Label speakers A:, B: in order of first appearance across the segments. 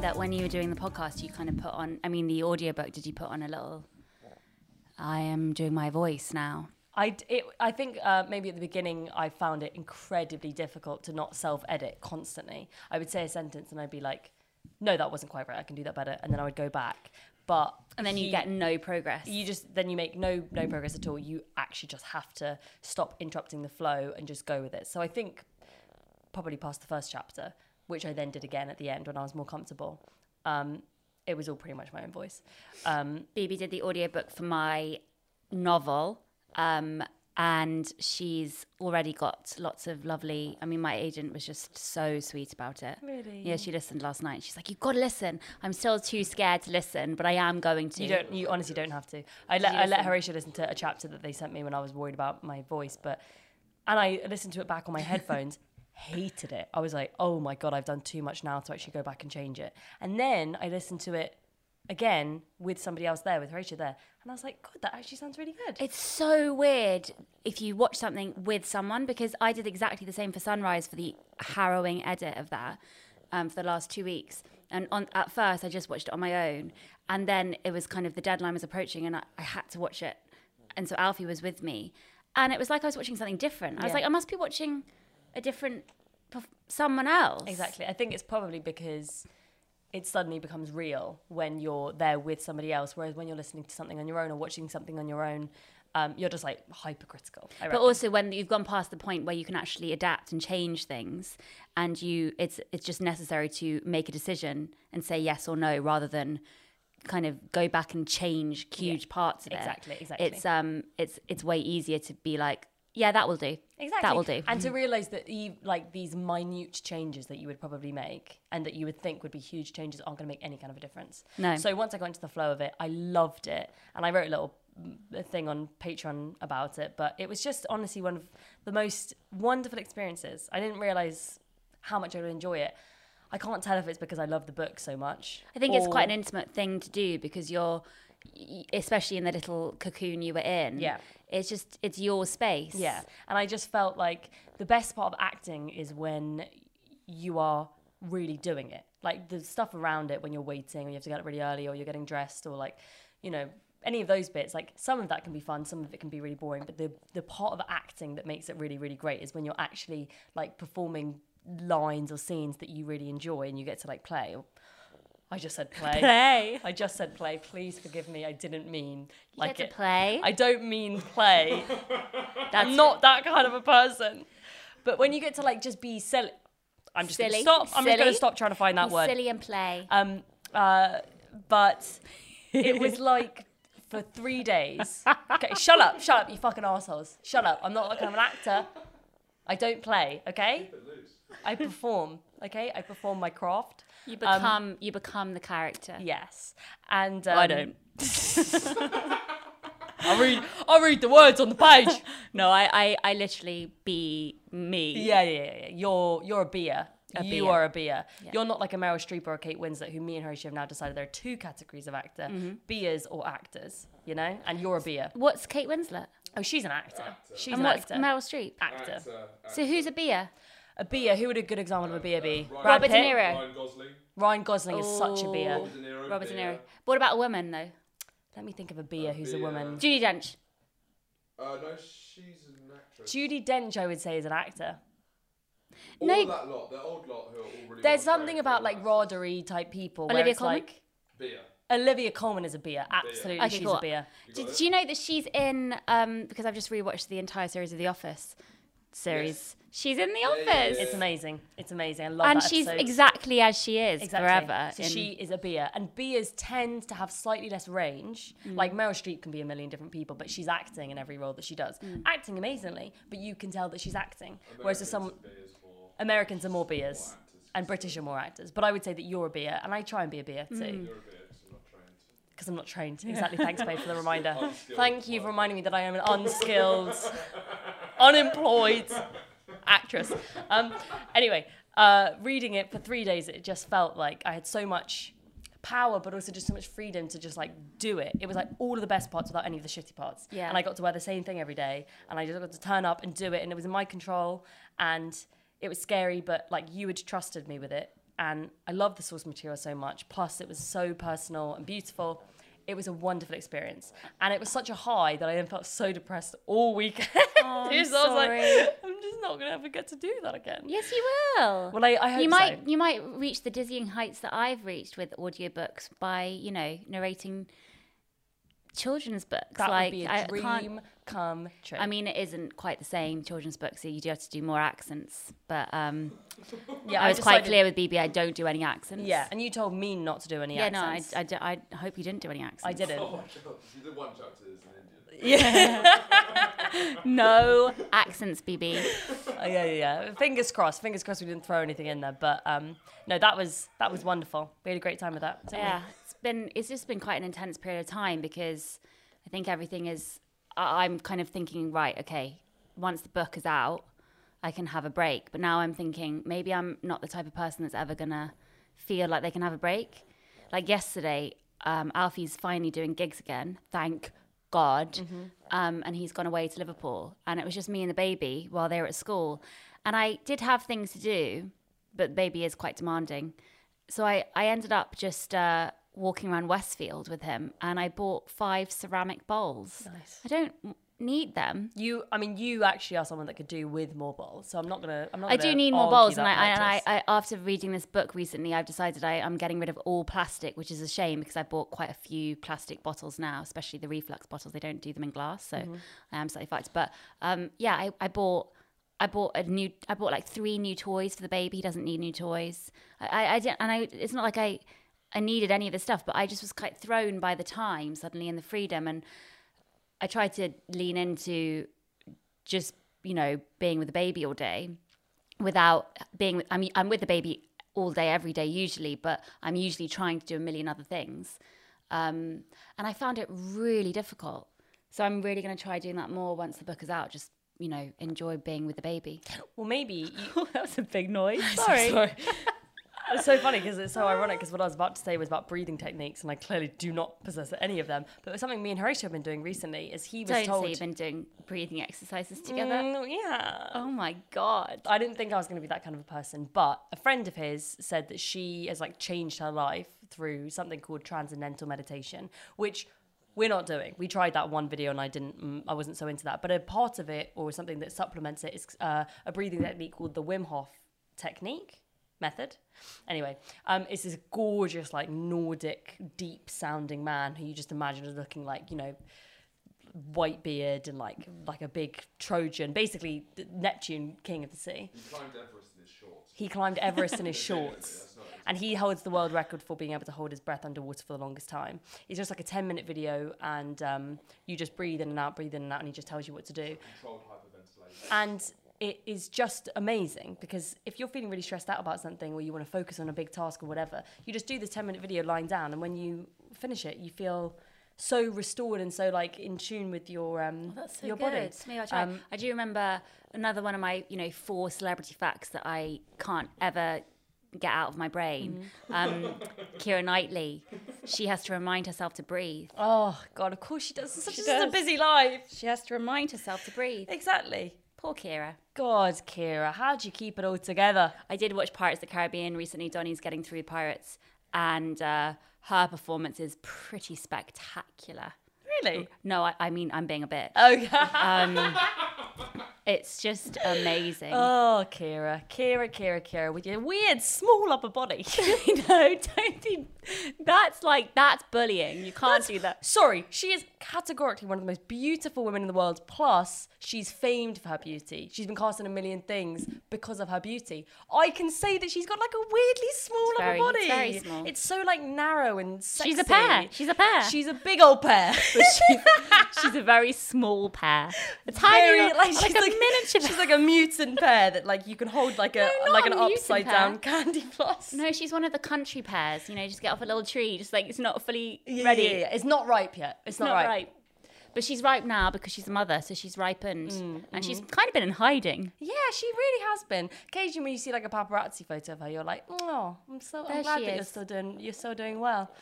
A: that when you were doing the podcast, you kind of put on, I mean, the audiobook, did you put on a little, I am doing my voice now?
B: I, d- it, I think uh, maybe at the beginning I found it incredibly difficult to not self edit constantly. I would say a sentence and I'd be like, no, that wasn't quite right. I can do that better. And then I would go back. But
A: And then you
B: he-
A: get no progress.
B: you just then you make no no progress at all. You actually just have to stop interrupting the flow and just go with it. So I think probably past the first chapter, which I then did again at the end when I was more comfortable. Um, it was all pretty much my own voice. Um,
A: Bibi did the audiobook for my novel. Um, and she's already got lots of lovely. I mean, my agent was just so sweet about it.
B: Really?
A: Yeah, she listened last night. She's like, "You've got to listen." I'm still too scared to listen, but I am going to.
B: you don't. You honestly don't have to. I let
A: you
B: I let
A: listen?
B: Horatio listen to a chapter that they sent me when I was worried about my voice, but and I listened to it back on my headphones. hated it. I was like, oh my god, I've done too much now to actually go back and change it. And then I listened to it again with somebody else there, with Horatio there, and I was like, God, that actually sounds really good.
A: It's so weird if you watch something with someone because I did exactly the same for Sunrise for the harrowing edit of that um, for the last two weeks. And on, at first, I just watched it on my own, and then it was kind of the deadline was approaching, and I, I had to watch it. And so Alfie was with me, and it was like I was watching something different. I was
B: Yeah.
A: like, I must be watching a different perf- someone else.
B: Exactly. I think it's probably because it suddenly becomes real when you're there with somebody else, whereas when you're listening to something on your own or watching something on your own, um, you're just like hypercritical. I
A: But
B: reckon.
A: also when you've gone past the point where you can actually adapt and change things, and you it's it's just necessary to make a decision and say yes or no rather than kind of go back and change huge parts of
B: exactly,
A: it.
B: exactly.
A: It's um it's it's way easier to be like yeah that will do
B: exactly
A: that will do. Mm-hmm.
B: And to realize that you, like these minute changes that you would probably make and that you would think would be huge changes aren't going to make any kind of a difference.
A: No.
B: So once I got into the flow of it, I loved it, and I wrote a little mm, thing on Patreon about it. But it was just honestly one of the most wonderful experiences. I didn't realize how much I would enjoy it. I can't tell if it's because I love the book so much.
A: I think it's
B: or-
A: quite an intimate thing to do because you're y- especially in the little cocoon you were in.
B: Yeah.
A: It's just it's your space.
B: Yeah. And I just felt like the best part of acting is when you are really doing it. Like the stuff around it when you're waiting or you have to get up really early or you're getting dressed or like, you know, any of those bits, like some of that can be fun, some of it can be really boring, but the the part of acting that makes it really, really great is when you're actually like performing lines or scenes that you really enjoy and you get to like play. I just said play.
A: Play.
B: I just said play. Please forgive me. I didn't mean
A: You
B: like
A: get
B: it.
A: to play.
B: I don't mean play.
A: That's
B: I'm not that kind of a person. But when you get to like just be silly, I'm just
A: Silly.
B: gonna stop. I'm just
A: Silly.
B: gonna stop trying to find that
A: be
B: word.
A: silly and play.
B: Um, uh, but it was like for three days. Okay, shut up, shut up, you fucking assholes. Shut up. I'm not like I'm an actor. I don't play. Okay, I perform. Okay, I perform my craft. Um,
A: you become you become the character.
B: Yes, and um,
A: I don't.
B: I read. I read the words on the page.
A: No, I, I, I literally be me.
B: Yeah, yeah, yeah, yeah. You're you're a beer. you
A: beer.
B: are a beer. You're not like a Meryl Streep or a Kate Winslet, who me and Horatio have now decided there are two categories of actor: beers or actors. You know, and you're a beer.
A: What's Kate Winslet?
B: Oh, she's an actor. She's
A: and
B: an
A: what's
B: actor.
A: Meryl Streep?
B: actor.
C: uh,
A: So who's a beer?
B: A beer. Who would a good example of a beer be?
C: Robert
B: Brad
A: Robert De
B: Pitt?
A: Niro.
C: Ryan Gosling.
B: Ryan Gosling is such a beer.
A: Ooh.
C: De Niro,
A: Robert De Niro.
C: beer.
A: What about a woman though?
B: Let me think of a beer who's a
C: beer.
B: woman.
A: Judy Dench.
C: Uh, no, she's an actress.
B: Judy Dench, I would say, is an actor.
C: all
A: no-
C: that lot, the old lot who are all really.
B: There's
C: well
B: something
C: known,
B: about
C: all
B: like
C: that.
B: Roderick type people. where
A: Olivia
B: it's
A: Colman?
B: Like,
C: Beer.
B: Olivia Colman is a beer. Absolutely,
A: Okay,
B: she's
A: cool.
B: a beer.
C: You
A: Do,
C: got it?
A: do you know that she's in? Um, because I've just rewatched the entire series of The Office series. She's in The Office,
C: yeah, yeah.
B: It's amazing. It's amazing. I love
A: and
B: that
A: she's
B: episode.
A: exactly as she is
B: Exactly.
A: forever.
B: So
A: in-
B: she is a beer, and beers tend to have slightly less range.
A: Mm.
B: Like Meryl Streep can be a million different people, but she's acting in every role that she does,
A: Mm.
B: acting amazingly. But you can tell that she's acting. Whereas if someone
C: Beer's more.
B: Americans are more beers,
C: actors.
B: and British are more actors. But I would say that you're a beer, and I try and be a beer
A: Mm.
B: too,
C: You're a beer, so I'm not trying
B: because I'm not trained. Exactly. Thanks, babe, for the reminder.
C: Unskilled
B: Thank you for
C: one.
B: reminding me that I am an unskilled, unemployed actress. Um, anyway, uh, reading it for three days, it just felt like I had so much power, but also just so much freedom to just like do it. It was like all of the best parts without any of the shitty parts.
A: Yeah.
B: And I got to wear the same thing every day, and I just got to turn up and do it, and it was in my control, and it was scary, but like you had trusted me with it. and I love the source material so much. Plus, it was so personal and beautiful. It was a wonderful experience, and it was such a high that I then felt so depressed all weekend.
A: Oh, I'm
B: So I was
A: sorry.
B: like, I'm just not gonna ever get to do that again.
A: Yes, you will.
B: Well, I, I hope
A: you
B: so.
A: might you might reach the dizzying heights that I've reached with audiobooks by you know narrating children's books.
B: That
A: like
B: would be a
A: I I can't.
B: dream come true.
A: I mean, it isn't quite the same children's books, so you do have to do more accents. But um,
B: yeah,
A: I was quite
B: decided-
A: clear with BB, I don't do any accents.
B: Yeah, and you told me not to do any
A: Yeah,
B: accents.
A: no, I, I d- I, hope you didn't do any accents.
B: I didn't.
C: Oh my god, you did one chapter as an Indian.
B: Yeah.
A: No accents, BB.
B: Oh, yeah, yeah, yeah. Fingers crossed. Fingers crossed we didn't throw anything in there. But um, no, that was that was wonderful. We had a great time with that. didn't we?
A: yeah it's been it's just been quite an intense period of time because i think everything is I- i'm kind of thinking right okay once the book is out i can have a break but now i'm thinking maybe i'm not the type of person that's ever gonna feel like they can have a break like yesterday um, alfie's finally doing gigs again thank god um, and he's gone away to liverpool and it was just me and the baby while they were at school and i did have things to do but the baby is quite demanding so I, I ended up just uh, walking around Westfield with him and I bought five ceramic bowls.
B: Nice.
A: I don't need them.
B: You, I mean, you actually are someone that could do with more bowls. So I'm not gonna. I'm not.
A: I
B: gonna
A: do need more
B: argue
A: bowls, and I,
B: that
A: I, and I,
B: purchase.
A: I after reading this book recently, I've decided I, I'm getting rid of all plastic, which is a shame because I bought quite a few plastic bottles now, especially the reflux bottles. They don't do them in glass, so
B: Mm-hmm.
A: I am slightly fucked. But um, yeah, I, I bought. I bought a new. I bought like three new toys for the baby. He doesn't need new toys. I, I, I didn't, and I. It's not like I, I needed any of this stuff, but I just was quite thrown by the time suddenly and the freedom, and I tried to lean into just you know being with the baby all day without being with, I mean, I'm with the baby all day, every day, usually, but I'm usually trying to do a million other things. Um, and I found it really difficult. So I'm really going to try doing that more once the book is out. Just, you know, enjoy being with the baby.
B: Well, maybe. You,
A: that was a big noise.
B: sorry. It's so funny because it's so ironic because what I was about to say was about breathing techniques, and I clearly do not possess any of them. But something me and Horatio have been doing recently is he was
A: Don't
B: told.
A: say you've been doing breathing exercises together.
B: Mm, yeah.
A: Oh my God.
B: I didn't think I was going to be that kind of a person, but a friend of his said that she has like changed her life through something called transcendental meditation, which we're not doing. We tried that one video and I didn't, mm, I wasn't so into that. But a part of it, or something that supplements it, is uh, a breathing technique called the Wim Hof technique method. Anyway, um, it's this gorgeous, like Nordic, deep sounding man who you just imagine as looking like, you know, white beard and like like a big Trojan, basically Neptune, king of the sea.
C: He climbed Everest in his shorts.
B: He climbed Everest in his shorts.
C: That's not
B: And he holds the world record for being able to hold his breath underwater for the longest time. It's just like a 10 minute video, and um, you just breathe in and out, breathe in and out, and he just tells you what to do.
C: controlled hyperventilation.
B: And it is just amazing because if you're feeling really stressed out about something or you want to focus on a big task or whatever, you just do this 10 minute video lying down. And when you finish it, you feel so restored and so like in tune with your um
A: Oh, That's so
B: your
A: good.
B: body
A: Maybe I'll try.
B: Um,
A: I do remember another one of my, you know, four celebrity facts that I can't ever get out of my brain.
B: Mm-hmm.
A: Um, Kira Knightley, she has to remind herself to breathe.
B: Oh God, of course she does. Such
A: She
B: this is a
A: does.
B: busy life.
A: She has to remind herself to breathe.
B: Exactly.
A: Poor Kira.
B: God, Kira, how do you keep it all together?
A: I did watch Pirates of the Caribbean recently. Donnie's getting through Pirates, and uh, her performance is pretty spectacular.
B: Really?
A: No, I, I mean I'm being a bitch.
B: Okay.
A: It's just amazing.
B: Oh, Kira, Kira, Kira, Kira, with your weird small upper body. no, don't be.
A: that's like that's bullying. You can't do that.
B: Sorry, she is categorically one of the most beautiful women in the world. Plus, she's famed for her beauty. She's been cast in a million things because of her beauty. I can say that she's got like a weirdly small upper
A: very-
B: body.
A: it's very small.
B: It's so like narrow and sexy.
A: She's a pear. She's a pear.
B: She's a big old pear.
A: She's a very small pear. A tiny,
B: Very-
A: little- like, a miniature.
B: She's like a mutant pear that like you can hold like a
A: not
B: like an
A: a mutant
B: upside
A: pear.
B: down candy floss.
A: no, she's one of the country pears. You know, just get off a little tree, just like it's not fully
B: Yeah,
A: ready.
B: yeah, yeah, yeah. It's not ripe yet. It's,
A: It's
B: not,
A: not
B: ripe.
A: right. But she's ripe now because she's a mother, so she's ripened, and she's kind of been in hiding.
B: Yeah, she really has been. Occasionally, when you see like a paparazzi photo of her, you're like, oh, I'm so I'm
A: There
B: glad
A: she
B: that you're
A: is.
B: still doing you're still doing well.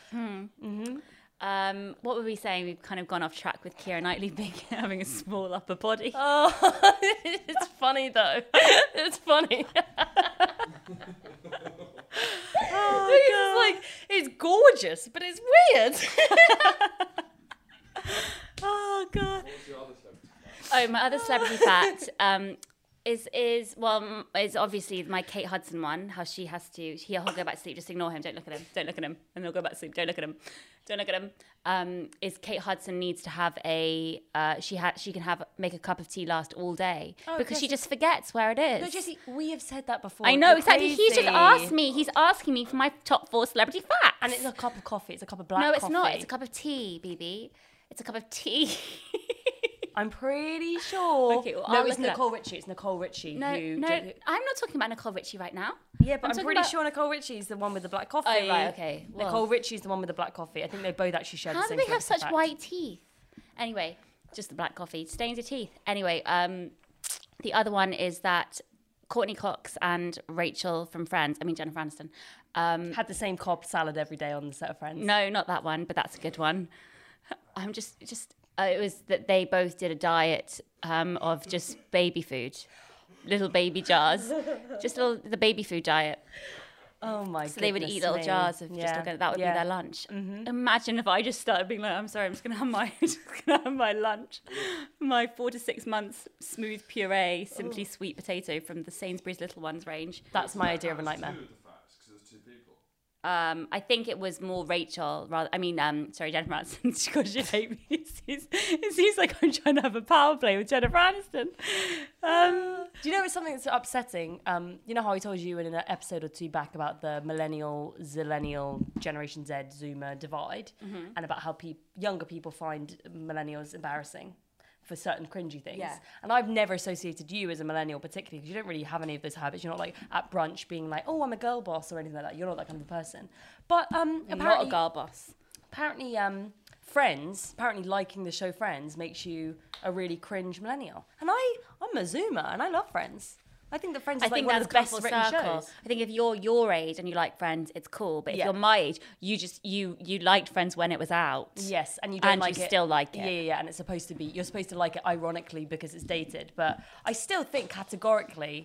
A: Um, what were we saying? We've kind of gone off track with Kira Knightley being having a small upper body.
B: Oh, it's funny though. it's funny. gorgeous, but it's weird. oh god.
C: What's your other celebrity?
A: Oh, my other celebrity fact um, is is well m- is obviously my Kate Hudson one. How she has to he'll go back to sleep. Just ignore him. Don't look at him. Don't look at him. And he'll go back to sleep. Don't look at him. Don't look at him. Um, is Kate Hudson needs to have a uh, she ha- she can have make a cup of tea last all day
B: Oh,
A: because she
B: Jesse-
A: just forgets where it is.
B: No, Jesse, we have said that before.
A: I know
B: You're
A: exactly. He's just
B: crazy.
A: asked me. He's asking me for my top four celebrity facts.
B: And it's a cup of coffee. It's a cup of black
A: no, it's
B: coffee.
A: not. It's a cup of tea, BB. It's a cup of tea.
B: I'm pretty sure.
A: Okay, well,
B: no,
A: I'll look
B: it's
A: it up.
B: Nicole Richie. It's Nicole Richie.
A: No,
B: who
A: no,
B: did-
A: I'm not talking about Nicole Richie right now.
B: yeah, but I'm,
A: talking
B: pretty
A: about-
B: sure Nicole Richie's the one with the black coffee.
A: Oh, right, okay. Well-
B: Nicole Richie's the one with the black coffee. I think they both actually shared
A: How
B: the
A: do
B: same
A: they have
B: celebrity
A: such
B: fact.
A: white teeth? Anyway, just the black coffee stains your teeth. Anyway, um, the other one is that Courtney Cox and Rachel from Friends. I mean Jennifer Aniston. Um,
B: Had the same cob salad every day on the set of Friends.
A: no, not that one, but that's a good one. I'm just just uh, it was that they both did a diet um, of just baby food, little baby jars, just little, the baby food diet.
B: Oh my god.
A: So they would eat little jars of just looking at that would be their lunch. Imagine if I just started being like, I'm sorry, I'm just gonna have my just gonna have my lunch, my four to six months smooth puree, simply sweet potato from the Sainsbury's Little Ones range.
B: That's my idea of a nightmare.
C: Two of the facts, because there's two people.
A: Um, I think it was more Rachel rather. I mean, um, sorry, Jennifer Aniston. God, she hate me. It seems, it seems like I'm trying to have a power play with Jennifer Aniston. Um,
B: Do you know it's something that's upsetting? Um, you know how I told you in an episode or two back about the millennial, zillennial, Generation Z, Zoomer divide,
A: Mm-hmm.
B: and about how peop younger people find millennials embarrassing for certain cringy things.
A: Yeah.
B: And I've never associated you as a millennial, particularly because you don't really have any of those habits. You're not like at brunch being like, "Oh, I'm a girl boss" or anything like that. You're not that kind of a person. But um,
A: not a
B: apparently,
A: girl boss.
B: apparently um friends apparently liking the show friends makes you a really cringe millennial and i i'm a zoomer and i love friends i think that friends
A: I
B: is like
A: think
B: one
A: that's
B: of the best
A: couple
B: written
A: circle.
B: shows
A: I think if you're your age and you like Friends, it's cool. But if
B: Yeah.
A: you're my age, you just you you liked Friends when it was out.
B: yes and you don't
A: And you
B: like it
A: still like it.
B: yeah, yeah yeah and it's supposed to be you're supposed to like it ironically because it's dated but i still think categorically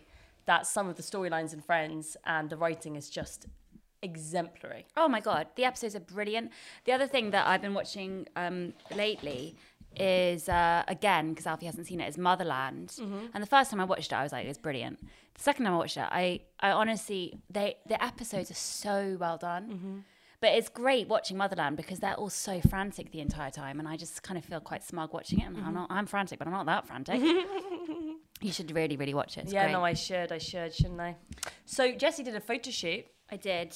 B: that some of the storylines in friends and the writing is just exemplary
A: Oh my god, the episodes are brilliant. The other thing that I've been watching um, lately is uh, again because Alfie hasn't seen it is Motherland.
B: Mm-hmm.
A: And the first time I watched it, I was like, it's brilliant. The second time I watched it, I I honestly they the episodes are so well done.
B: Mm-hmm.
A: But it's great watching Motherland because they're all so frantic the entire time, and I just kind of feel quite smug watching it. And
B: Mm-hmm.
A: I'm not, I'm frantic, but I'm not that frantic. you should really, really watch it. It's
B: yeah
A: great.
B: no i should i should shouldn't i so jesse did a photo shoot
A: I did.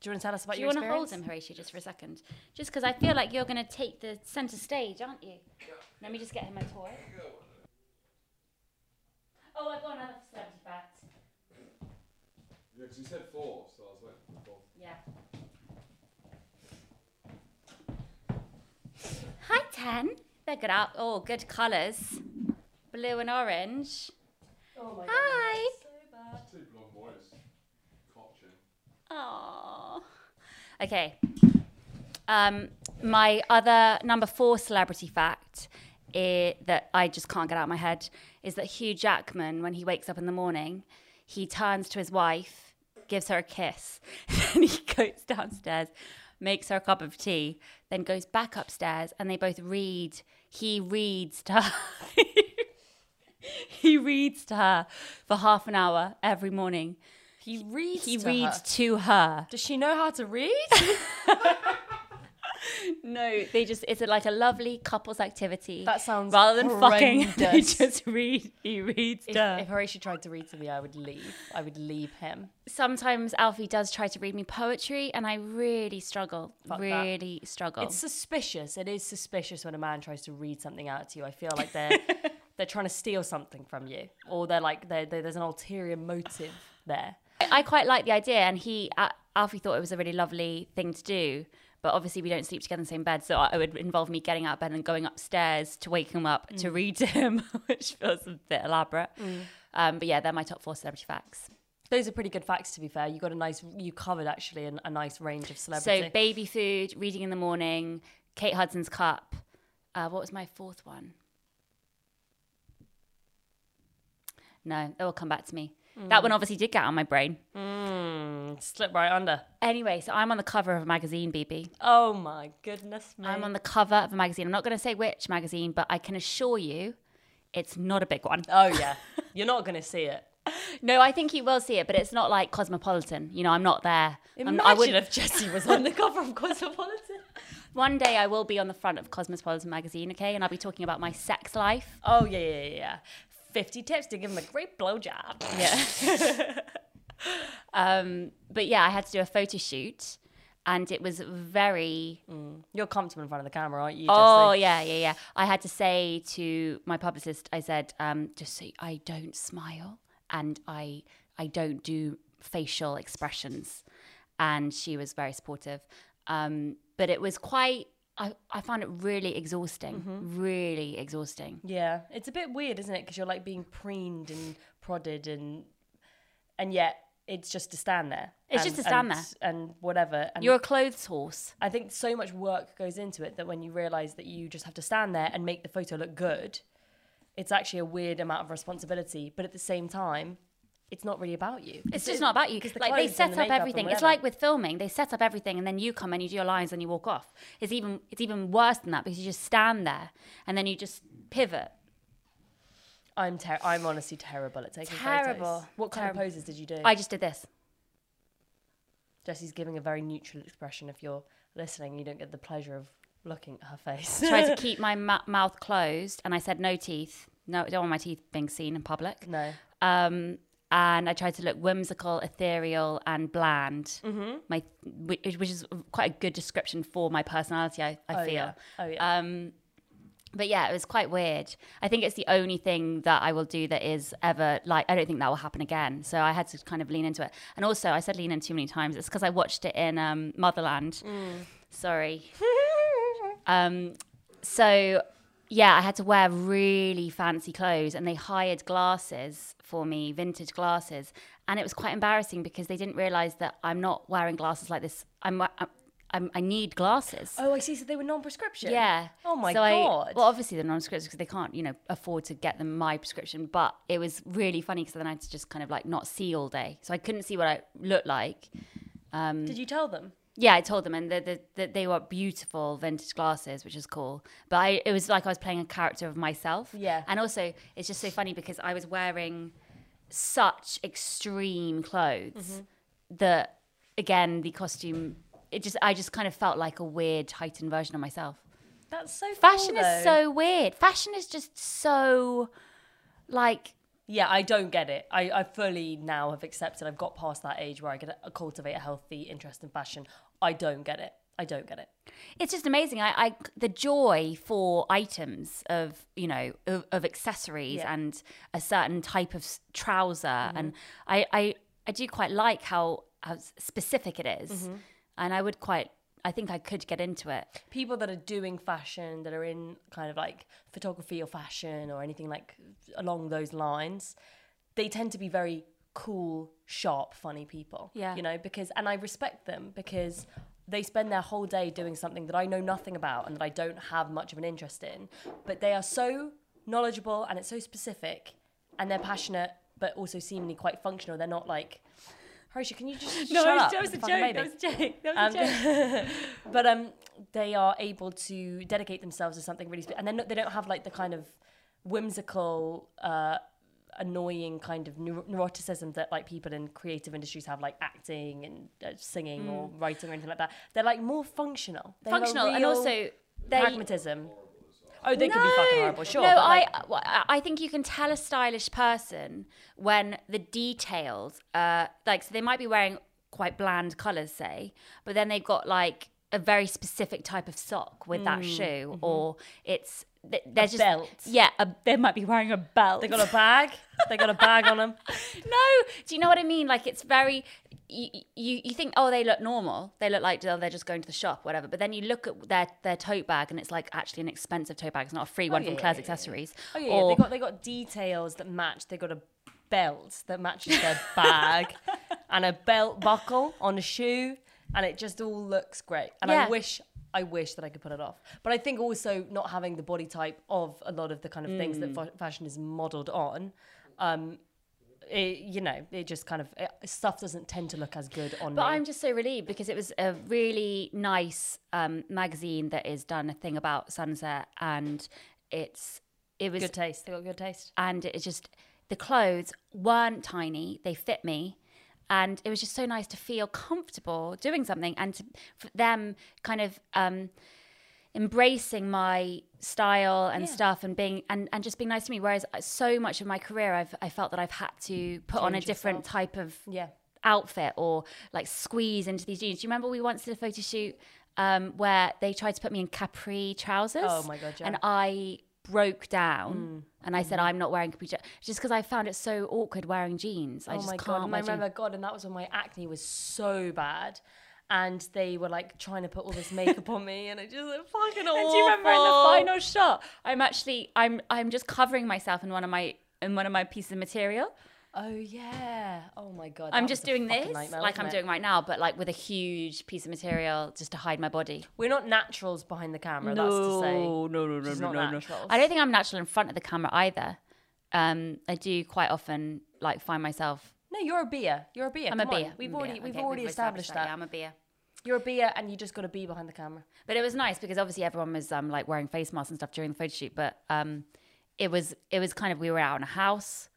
B: do you want to tell us about
A: Do you
B: your
A: want to
B: experience
A: hold him, Horatio, just for a second? Just because I feel like you're going to take the centre stage, aren't you? Let me just get him a toy. Oh, I've got another celebrity fact.
C: Yeah, because you said four, so I was like, four.
A: Yeah. Hi, Ten. They're good out. Oh, good colours. Blue and orange.
B: oh my
A: Hi.
C: It's two blonde boys. Cotching.
A: Aww. Okay. Um, my other number four celebrity fact i that I just can't get out of my head is that Hugh Jackman, when he wakes up in the morning, he turns to his wife, gives her a kiss, then he goes downstairs, makes her a cup of tea, then goes back upstairs, and they both read. He reads to her. he reads to her for half an hour every morning.
B: He reads.
A: He
B: to
A: reads
B: her.
A: to her.
B: Does she know how to read?
A: No, they just it's a, like a lovely couples activity.
B: That sounds
A: rather than fucking they
B: horrendous.
A: just read he reads
B: if,
A: to
B: if Horatio tried to read to me, I would leave. I would leave him.
A: Sometimes Alfie does try to read me poetry and I really struggle.
B: Fuck that.
A: really struggle.
B: It's suspicious. It is suspicious when a man tries to read something out to you. I feel like they're they're trying to steal something from you, or they're like they're, they there's an ulterior motive there.
A: I I quite like the idea and he uh, Alfie thought it was a really lovely thing to do. But obviously, we don't sleep together in the same bed, so I- it would involve me getting out of bed and going upstairs to wake him up to read to him, which feels a bit elaborate. Um, but yeah, they're my top four celebrity facts.
B: Those are pretty good facts, to be fair. You got a nice, you covered actually an, a nice range of celebrity.
A: So baby food, reading in the morning, Kate Hudson's cup. Uh, what was my fourth one? no, it will come back to me. That one obviously did get on my brain.
B: Mm, slip right under.
A: Anyway, so I'm on the cover of a magazine, BB.
B: Oh my goodness me.
A: I'm on the cover of a magazine. I'm not going to say which magazine, but I can assure you it's not a big one.
B: oh yeah. You're not gonna see it.
A: No, I think you will see it, but it's not like Cosmopolitan. You know, I'm not there. I'm-
B: Imagine
A: I would,
B: if Jesse was on the cover of Cosmopolitan.
A: one day I will be on the front of Cosmopolitan magazine, okay? And I'll be talking about my sex life.
B: Oh yeah, yeah, yeah, yeah. Fifty tips to give him a great blowjob. Yeah.
A: Um, but yeah, I had to do a photo shoot and it was very.
B: You're comfortable in front of the camera, aren't you?
A: Oh,
B: Jesse?
A: yeah, yeah, yeah. I had to say to my publicist, I said, um, just so I don't smile and I, I don't do facial expressions. And she was very supportive. Um, but it was quite, I, I found it really exhausting, really exhausting.
B: Yeah, it's a bit weird, isn't it? Because you're like being preened and prodded, and and yet it's just to stand there.
A: It's
B: and-
A: just to stand
B: and- and whatever. And
A: You're a clothes horse.
B: I think so much work goes into it that when you realize that you just have to stand there and make the photo look good, it's actually a weird amount of responsibility. But at the same time, it's not really about you.
A: It's just not about you.
B: the
A: like they
B: clothes and
A: set
B: the
A: up
B: makeup and
A: everything. It's
B: whatever.
A: like with filming, they set up everything, and then you come and you do your lines and you walk off. It's even it's even worse than that because you just stand there and then you just pivot.
B: I'm ter- I'm honestly terrible at taking
A: Terrible.
B: photos. What kind
A: Terrible.
B: of poses did you do?
A: I just did this.
B: Jessie's giving a very neutral expression. If you're listening, you don't get the pleasure of looking at her face.
A: Tried to keep my mou- mouth closed, and I said no teeth. No, I don't want my teeth being seen in public.
B: no.
A: Um, and I tried to look whimsical, ethereal, and bland. Mm-hmm. My which, which is quite a good description for my personality. I, I
B: Oh,
A: feel.
B: yeah. Oh yeah.
A: Um, but yeah, it was quite weird. I think it's the only thing that I will do that is ever like I don't think that will happen again. So I had to kind of lean into it. And also, I said lean in too many times. It's because I watched it in um, Motherland. Sorry. um, so yeah, I had to wear really fancy clothes, and they hired glasses for me, vintage glasses, and it was quite embarrassing because they didn't realize that I'm not wearing glasses like this. I'm, I'm, I'm I need glasses.
B: oh, I see. So they were non-prescription.
A: Yeah.
B: Oh my
A: So I-
B: God.
A: well, obviously they're non-prescription because they can't, you know, afford to get them my prescription. But it was really funny because then I had to just kind of like not see all day, so I couldn't see what I looked like.
B: Did you tell them?
A: Yeah, I told them, and the, the, the, they were beautiful vintage glasses, which is cool. But I, it was like I was playing a character of myself.
B: Yeah.
A: And also, it's just so funny because I was wearing such extreme clothes
B: Mm-hmm.
A: that, again, the costume. It just, I just kind of felt like a weird, heightened version of myself.
B: That's so.
A: Fashion
B: cool,
A: is
B: though.
A: so weird. Fashion is just so like
B: Yeah, I don't get it. I, I fully now have accepted. I've got past that age where I could uh, cultivate a healthy interest in fashion. I don't get it. I don't get it.
A: it's just amazing. I, I the joy for items of you know of, of accessories
B: Yeah.
A: and a certain type of s- trouser, and I, I I do quite like how how s- specific it is. and I would quite. I think I could get into it.
B: People that are doing fashion, that are in kind of like photography or fashion or anything like along those lines, they tend to be very cool, sharp, funny people.
A: Yeah.
B: You know, because, and I respect them because they spend their whole day doing something that I know nothing about and that I don't have much of an interest in. But they are so knowledgeable and it's so specific and they're passionate, but also seemingly quite functional. They're not like, Horatio, can you just shut up? It's fucking baby."
A: a joke. That
B: Um, but um, they are able to dedicate themselves to something really, spe- and then they don't have like the kind of whimsical, uh, annoying kind of neur- neuroticism that like people in creative industries have, like acting and uh, singing or writing or anything like that. They're like more functional, they have a
A: Hmm. Functional and
B: real
A: also they
B: pragmatism. Oh, they can be fucking horrible, sure.
A: No,
B: but, like,
A: I, well, I I think you can tell a stylish person when the details, uh, like, so they might be wearing quite bland colors, say, but then they've got like a very specific type of sock with that shoe, or it's th- they're just
B: Mm, mm-hmm. belt.
A: yeah, a, they might be wearing a belt.
B: they got a bag. they got a bag on them.
A: no, do you know what I mean? Like, it's very. You, you you think oh they look normal they look like oh, they're just going to the shop whatever but then you look at their their tote bag and it's like actually an expensive tote bag it's not a free one
B: yeah,
A: from
B: Oh, yeah,
A: Claire's
B: yeah, yeah.
A: accessories
B: Oh yeah, yeah,
A: or-
B: they got they got details that match. They got a belt that matches their bag, and a belt buckle on a shoe, and it just all looks great. And
A: Yeah.
B: I wish I wish that I could put it off. But I think also not having the body type of a lot of the kind of things that fa- fashion is modelled on. Um, it, you know, it just kind of it, stuff doesn't tend to look as good on.
A: But
B: me.
A: I'm just so relieved because it was a really nice um, magazine that is done a thing about sunset, and it's it was
B: good taste. They got good taste.
A: and it just the clothes weren't tiny; they fit me, and it was just so nice to feel comfortable doing something and to, for them kind of. Um, embracing my style and
B: Yeah.
A: stuff and being and, and just being nice to me whereas uh, so much of my career I've I felt that I've had to put on a
B: Change
A: different
B: yourself.
A: type of
B: Yeah.
A: outfit or like squeeze into these jeans. Do you remember we once did a photo shoot um, where they tried to put me in capri trousers?
B: Oh my God, yeah. Mm. Mm-hmm.
A: And I broke down and I said, I'm not wearing capri trousers just because I found it so awkward wearing jeans. I
B: oh
A: just
B: my god!
A: can't
B: And I
A: wear jeans.
B: remember, God, and that was when my acne was so bad, and they were like trying to put all this makeup on me, and it just looked fucking awful.
A: And do you remember in the final shot? I'm actually I'm I'm just covering myself in one of my in one of my pieces of material.
B: Oh yeah! Oh my god!
A: I'm
B: that
A: just
B: was a
A: doing
B: fucking
A: this
B: nightmare,
A: like
B: wasn't
A: I'm
B: it?
A: doing right now, but like with a huge piece of material just to hide my body.
B: We're not naturals behind the camera. that's to say.
A: no, no, no, no,
B: She's
A: no,
B: not
A: no, no.
B: naturals.
A: I don't think I'm natural in front of the camera either. Um, I do quite often like find myself.
B: No, you're a beer. You're a beer.
A: I'm
B: Come
A: a beer.
B: On. We've
A: I'm a
B: already
A: beer.
B: we've
A: Okay,
B: already established, that.
A: Yeah, I'm a beer.
B: You're a beer, and you just got to be behind the camera.
A: But it was nice because obviously everyone was um, like wearing face masks and stuff during the photo shoot. But um, it was it was kind of we were out in a house,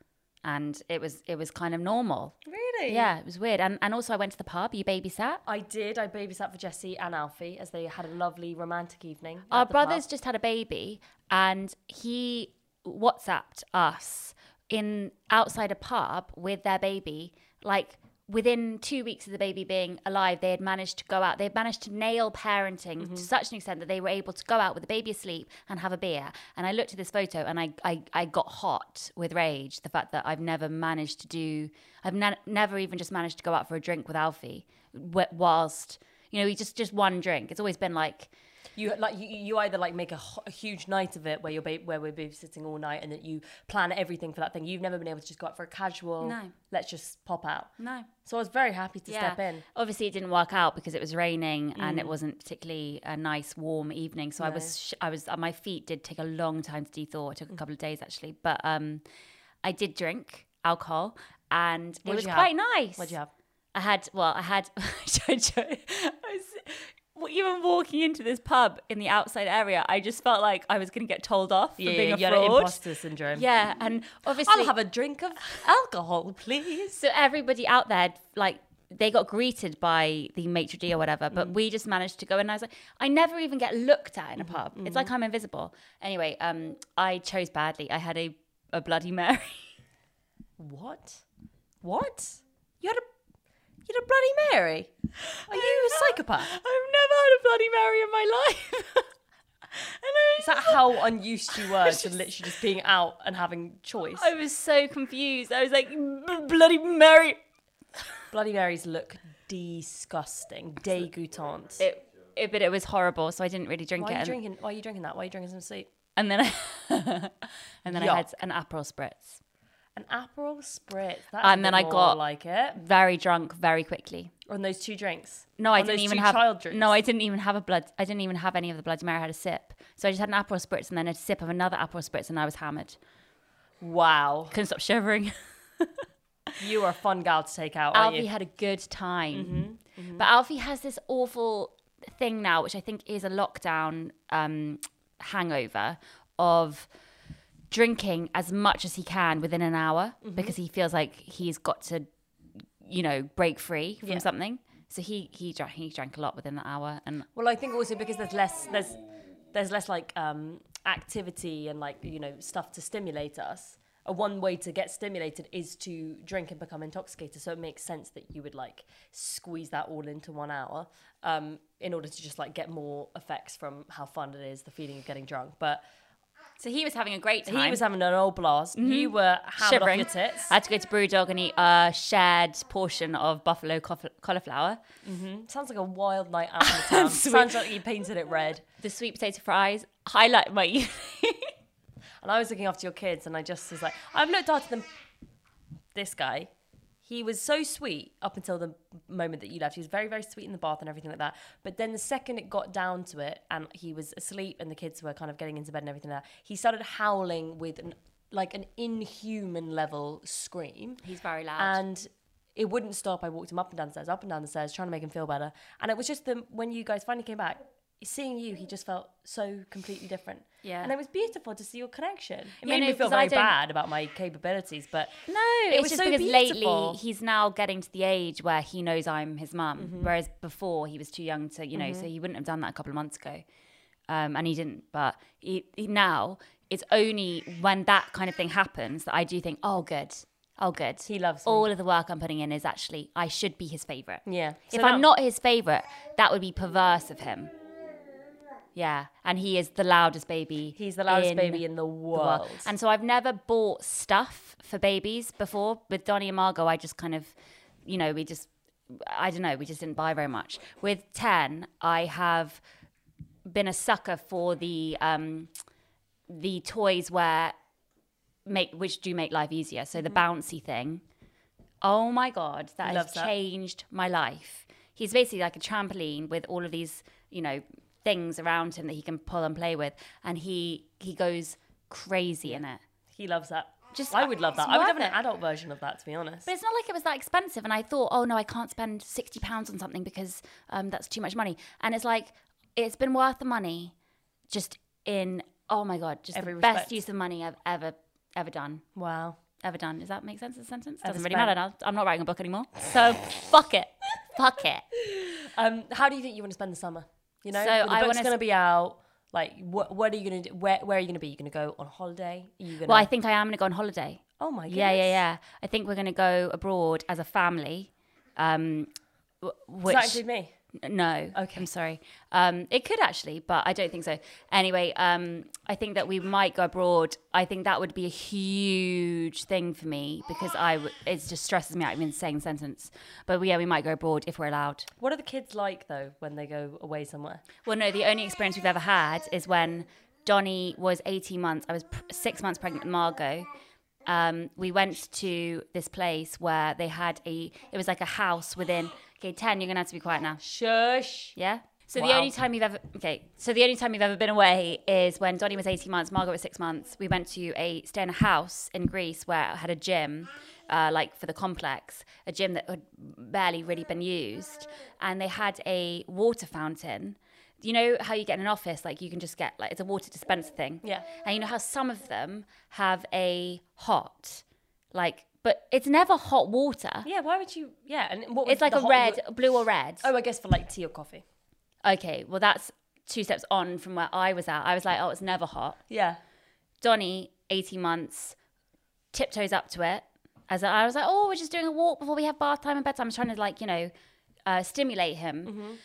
A: and it was it was kind of normal.
B: Really?
A: Yeah, it was weird. And and also I went to the pub. You babysat.
B: I did. I babysat for Jesse and Alfie as they had a lovely romantic evening. at
A: Our
B: the pub.
A: brother's just had a baby, and he WhatsApped us in outside a pub with their baby. Like within two weeks of the baby being alive, they had managed to go out. They had managed to nail parenting
B: Mm-hmm.
A: to such an extent that they were able to go out with the baby asleep and have a beer. And I looked at this photo, and I I, I got hot with rage. The fact that I've never managed to do, I've ne- never even just managed to go out for a drink with Alfie, wh- whilst. You know, we just just one drink. It's always been like
B: You like you, you either like make a, ho- a huge night of it where you're ba- where we're babysitting all night and that you plan everything for that thing. You've never been able to just go out for a casual.
A: No.
B: Let's just pop out.
A: no.
B: So I was very happy to step in. Mm.
A: Obviously, it didn't work out because it was raining and it wasn't particularly a nice, warm evening. So I was, sh- I was, uh, my feet did take a long time to dethaw. It took
B: Mm.
A: a couple of days actually, but um, I did drink alcohol and
B: What
A: it
B: did
A: was
B: you have?
A: quite nice.
B: What'd you have?
A: I had, well, I had, I was, well, even walking into this pub in the outside area, I just felt like I was going to get told off for being a
B: you had an
A: fraud.
B: imposter syndrome.
A: Yeah, and obviously,
B: I'll have a drink of alcohol, please.
A: so everybody out there like they got greeted by the maitre d or whatever but we just managed to go and i was like i never even get looked at in a pub it's like i'm invisible anyway um i chose badly i had a, a bloody mary
B: What? What? You had a you had a Bloody Mary? Are you a psychopath?
A: i've never had a bloody mary in my life and I
B: Is
A: was,
B: that how unused you were
A: was
B: to
A: just-
B: literally just being out and having choice?
A: I was so confused i was like "B- bloody mary
B: Bloody Marys look disgusting, dégoûtante.
A: it, it, but it was horrible so i didn't really drink it
B: Why are you
A: and,
B: drinking? Why are you drinking that? Why are you drinking some soup?
A: and then I, and then i had an aperol spritz
B: An apérol spritz. That's
A: And
B: a
A: then
B: bit
A: I
B: more
A: got-
B: like it.
A: very drunk very quickly
B: On those two drinks.
A: No, I
B: On
A: didn't
B: those
A: even
B: two
A: have.
B: child drinks.
A: No, I didn't even have a blood. I didn't even have any of the Bloody Mary. I had a sip, so I just had an apple spritz and then a sip of another apple spritz, and I was hammered.
B: Wow,
A: Couldn't stop shivering.
B: you are a fun gal to take out, aren't
A: Alfie
B: you?
A: had a good time, but Alfie has this awful thing now, which I think is a lockdown um, hangover of drinking as much as he can within an hour because he feels like he's got to, you know, break free from
B: Yeah.
A: something. So he he drank he drank a lot within that hour, and
B: Well, I think also because there's less there's there's less like um, activity and like you know stuff to stimulate us. A one way to get stimulated is to drink and become intoxicated. So it makes sense that you would like squeeze that all into one hour um, in order to just like get more effects from how fun it is, the feeling of getting drunk. But
A: so he was having a great time. Mm-hmm.
B: he was having an old blast. You were hammered
A: shivering.
B: off your tits.
A: I had to go to Brewdog and eat a shared portion of buffalo caul- cauliflower.
B: Sounds like a wild night out in the town. Sounds like you painted it red.
A: The sweet potato fries highlight my evening.
B: And I was looking after your kids, and I just was like, I've looked after them. This guy, he was so sweet up until the moment that you left. He was very, very sweet in the bath and everything like that. But then the second it got down to it, and he was asleep, and the kids were kind of getting into bed and everything like that, he started howling with an like an inhuman level scream.
A: He's very loud.
B: And it wouldn't stop. I walked him up and down the stairs, up and down the stairs, trying to make him feel better. And it was just the when you guys finally came back, seeing you, he just felt so completely different.
A: Yeah.
B: And it was beautiful to see your connection. It
A: Yeah,
B: made
A: no,
B: me feel
A: 'cause I
B: very
A: don't-
B: bad about my capabilities, but
A: no, it's
B: was
A: just
B: so
A: because
B: beautiful.
A: lately he's now getting to the age where he knows I'm his mum,
B: Mm-hmm.
A: whereas before he was too young to, you know, so he wouldn't have done that a couple of months ago, um, and he didn't. But he, he- now it's only when that kind of thing happens that I do think, oh, good, oh, good.
B: He loves me.
A: all of the work I'm putting in is actually I should be his favorite.
B: yeah.
A: if
B: So
A: I'm
B: now-
A: not his favorite, that would be perverse of him. Yeah, and he is the loudest baby.
B: he's the loudest
A: in
B: baby in the
A: the
B: world.
A: world. And so I've never bought stuff for babies before. With Donnie and Margot, I just kind of, you know, we just, I don't know, we just didn't buy very much. With 10, I have been a sucker for the, um, the toys where make which do make life easier. So the
B: Mm-hmm.
A: bouncy thing. Oh my god, that
B: Loves
A: has
B: that.
A: changed my life. He's basically like a trampoline with all of these, you know, things around him that he can pull and play with, and he he goes crazy in it.
B: he loves that.
A: Just-
B: I would love that.
A: it's
B: I would
A: worth
B: have an
A: it.
B: adult version of that to be honest.
A: But it's not like it was that expensive, and I thought, oh no, I can't spend sixty pounds on something because um, that's too much money. And it's like it's been worth the money, just in oh my god, just
B: Every
A: the
B: respect.
A: best use of money I've ever ever done.
B: Wow.
A: ever done. Does that make sense as a sentence?
B: Ever
A: Doesn't really
B: spent.
A: matter now. I'm not writing a book anymore. So fuck it. Fuck it.
B: Um, how do you think you want to spend the summer? You know,
A: So
B: the
A: I
B: book's
A: wanna
B: going to be out. Like, what? What are you going to do? Where? Where are you going to be? You going to go on holiday? Are you going?
A: Well, I think I am going to go on holiday.
B: oh my. Goodness.
A: Yeah, yeah, yeah. I think we're going to go abroad as a family. Um, w-
B: Does
A: which
B: that include me?
A: no,
B: Okay.
A: I'm sorry. Um, it could actually, but I don't think so. Anyway, um, I think that we might go abroad. I think that would be a huge thing for me because I w- it just stresses me out even saying the sentence. But yeah, we might go abroad if we're allowed.
B: What are the kids like though when they go away somewhere?
A: Well, no, the only experience we've ever had is when Donnie was 18 months. I was pr- six months pregnant with Margot. Um, we went to this place where they had a, it was like a house within, okay, 10, you're going to have to be quiet now.
B: Shush.
A: Yeah? So the
B: Wow.
A: only time you've ever, okay, so the only time you've ever been away is when Donnie was 18 months, Margot was six months. We went to a, stay in a house in Greece where it had a gym, uh, like for the complex, a gym that had barely really been used. And they had a water fountain you know how you get in an office, like you can just get like it's a water dispenser thing.
B: Yeah.
A: And you know how some of them have a hot, like, but it's never hot water.
B: Yeah. Why would you? Yeah. And what? Was
A: It's like
B: the
A: a
B: hot-
A: red, blue or red.
B: Oh, I guess for like tea or coffee.
A: Okay, well that's two steps on from where I was at. I was like, oh, it's never hot.
B: Yeah.
A: Donnie, 18 months, tiptoes up to it. As I was like, oh, we're just doing a walk before we have bath time and bedtime. I was trying to like, you know, uh, stimulate him.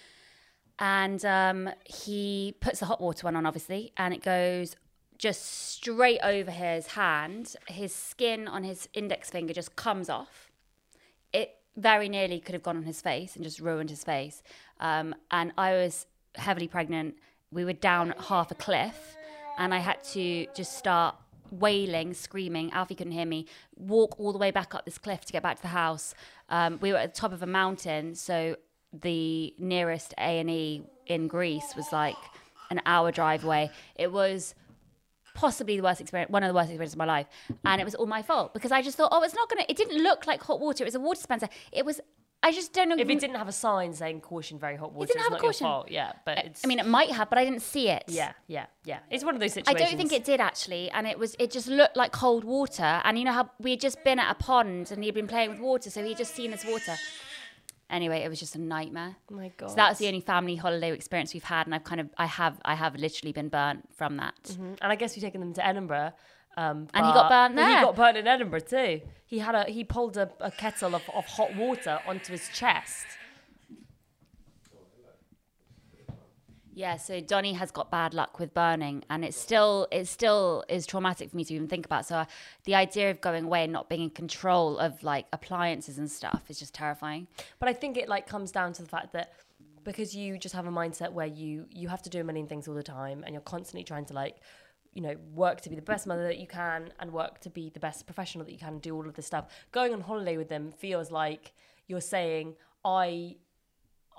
A: And um, he puts the hot water one on, obviously, and it goes just straight over his hand. His skin on his index finger just comes off. It very nearly could have gone on his face and just ruined his face. Um, and I was heavily pregnant. We were down half a cliff, and I had to just start wailing, screaming. Alfie couldn't hear me. Walk all the way back up this cliff to get back to the house. Um, we were at the top of a mountain, so the nearest A and E in Greece was like an hour drive away. It was possibly the worst experience, one of the worst experiences of my life. And it was all my fault because I just thought, oh, it's not going to, it didn't look like hot water. It was a water dispenser. It was, I just don't know.
B: If it didn't have a sign saying caution, very hot water,
A: didn't
B: it's
A: have a
B: not
A: caution.
B: your fault. Yeah. But it's.
A: I mean, it might have, but I didn't see it.
B: Yeah. Yeah. Yeah. It's one of those
A: I
B: situations.
A: don't think it did actually, and it was it just looked like cold water. And you know how we had just been at a pond and he'd been playing with water, so he'd just seen this water. Anyway, it was just a nightmare.
B: Oh my God.
A: So that was the only family holiday experience we've had, and I've kind of I have I have literally been burnt from that.
B: And I guess you've taken them to Edinburgh. Um,
A: And he got
B: but-
A: burnt
B: He
A: there.
B: got burnt in Edinburgh too. He had a he pulled a, a kettle of, of hot water onto his chest.
A: Yeah, so Donnie has got bad luck with burning, and it's still it still is traumatic for me to even think about. So I, the idea of going away and not being in control of like appliances and stuff is just terrifying.
B: But I think it like comes down to the fact that because you just have a mindset where you you have to do a million things all the time, and you're constantly trying to like you know work to be the best mother that you can and work to be the best professional that you can and do all of this stuff going on holiday with them feels like you're saying i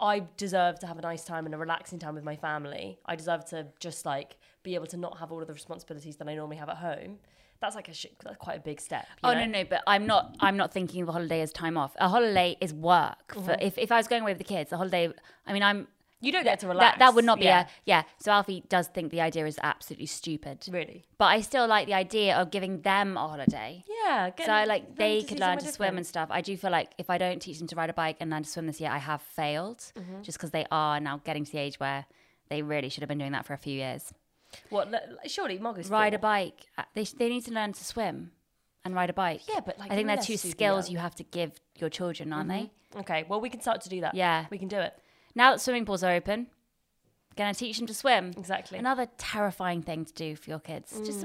B: I deserve to have a nice time and a relaxing time with my family. I deserve to just like be able to not have all of the responsibilities that I normally have at home. that's like a sh- that's quite a big step. you
A: Oh
B: know?
A: no, no, but I'm not. I'm not thinking of a holiday as time off. A holiday is work. For,
B: Mm-hmm.
A: if if I was going away with the kids, a holiday. I mean, I'm
B: you don't get to relax.
A: that that would not be
B: yeah,
A: a yeah. So Alfie does think the idea is absolutely stupid,
B: really.
A: but I still like the idea of giving them a holiday.
B: Yeah, get
A: So I
B: them-
A: like
B: them
A: they
B: see
A: could learn to
B: somewhere
A: swim
B: different.
A: and stuff. I do feel like if I don't teach them to ride a bike and learn to swim this year, I have failed
B: Mm-hmm.
A: just because they are now getting to the age where they really should have been doing that for a few years.
B: What? le- like, Surely Moggus
A: Ride a
B: bike.
A: bike. Uh, They sh- they need to learn to swim and ride a bike.
B: Yeah, but, like,
A: I think they're
B: they're
A: two
B: super
A: skills
B: young. Mm-hmm.
A: you have to give your children, aren't they?
B: Okay, well we can start to do that.
A: Yeah.
B: we can do it
A: Now that swimming pools are open, gonna teach them to swim.
B: exactly. Mm.
A: Another terrifying thing to do for your kids. Just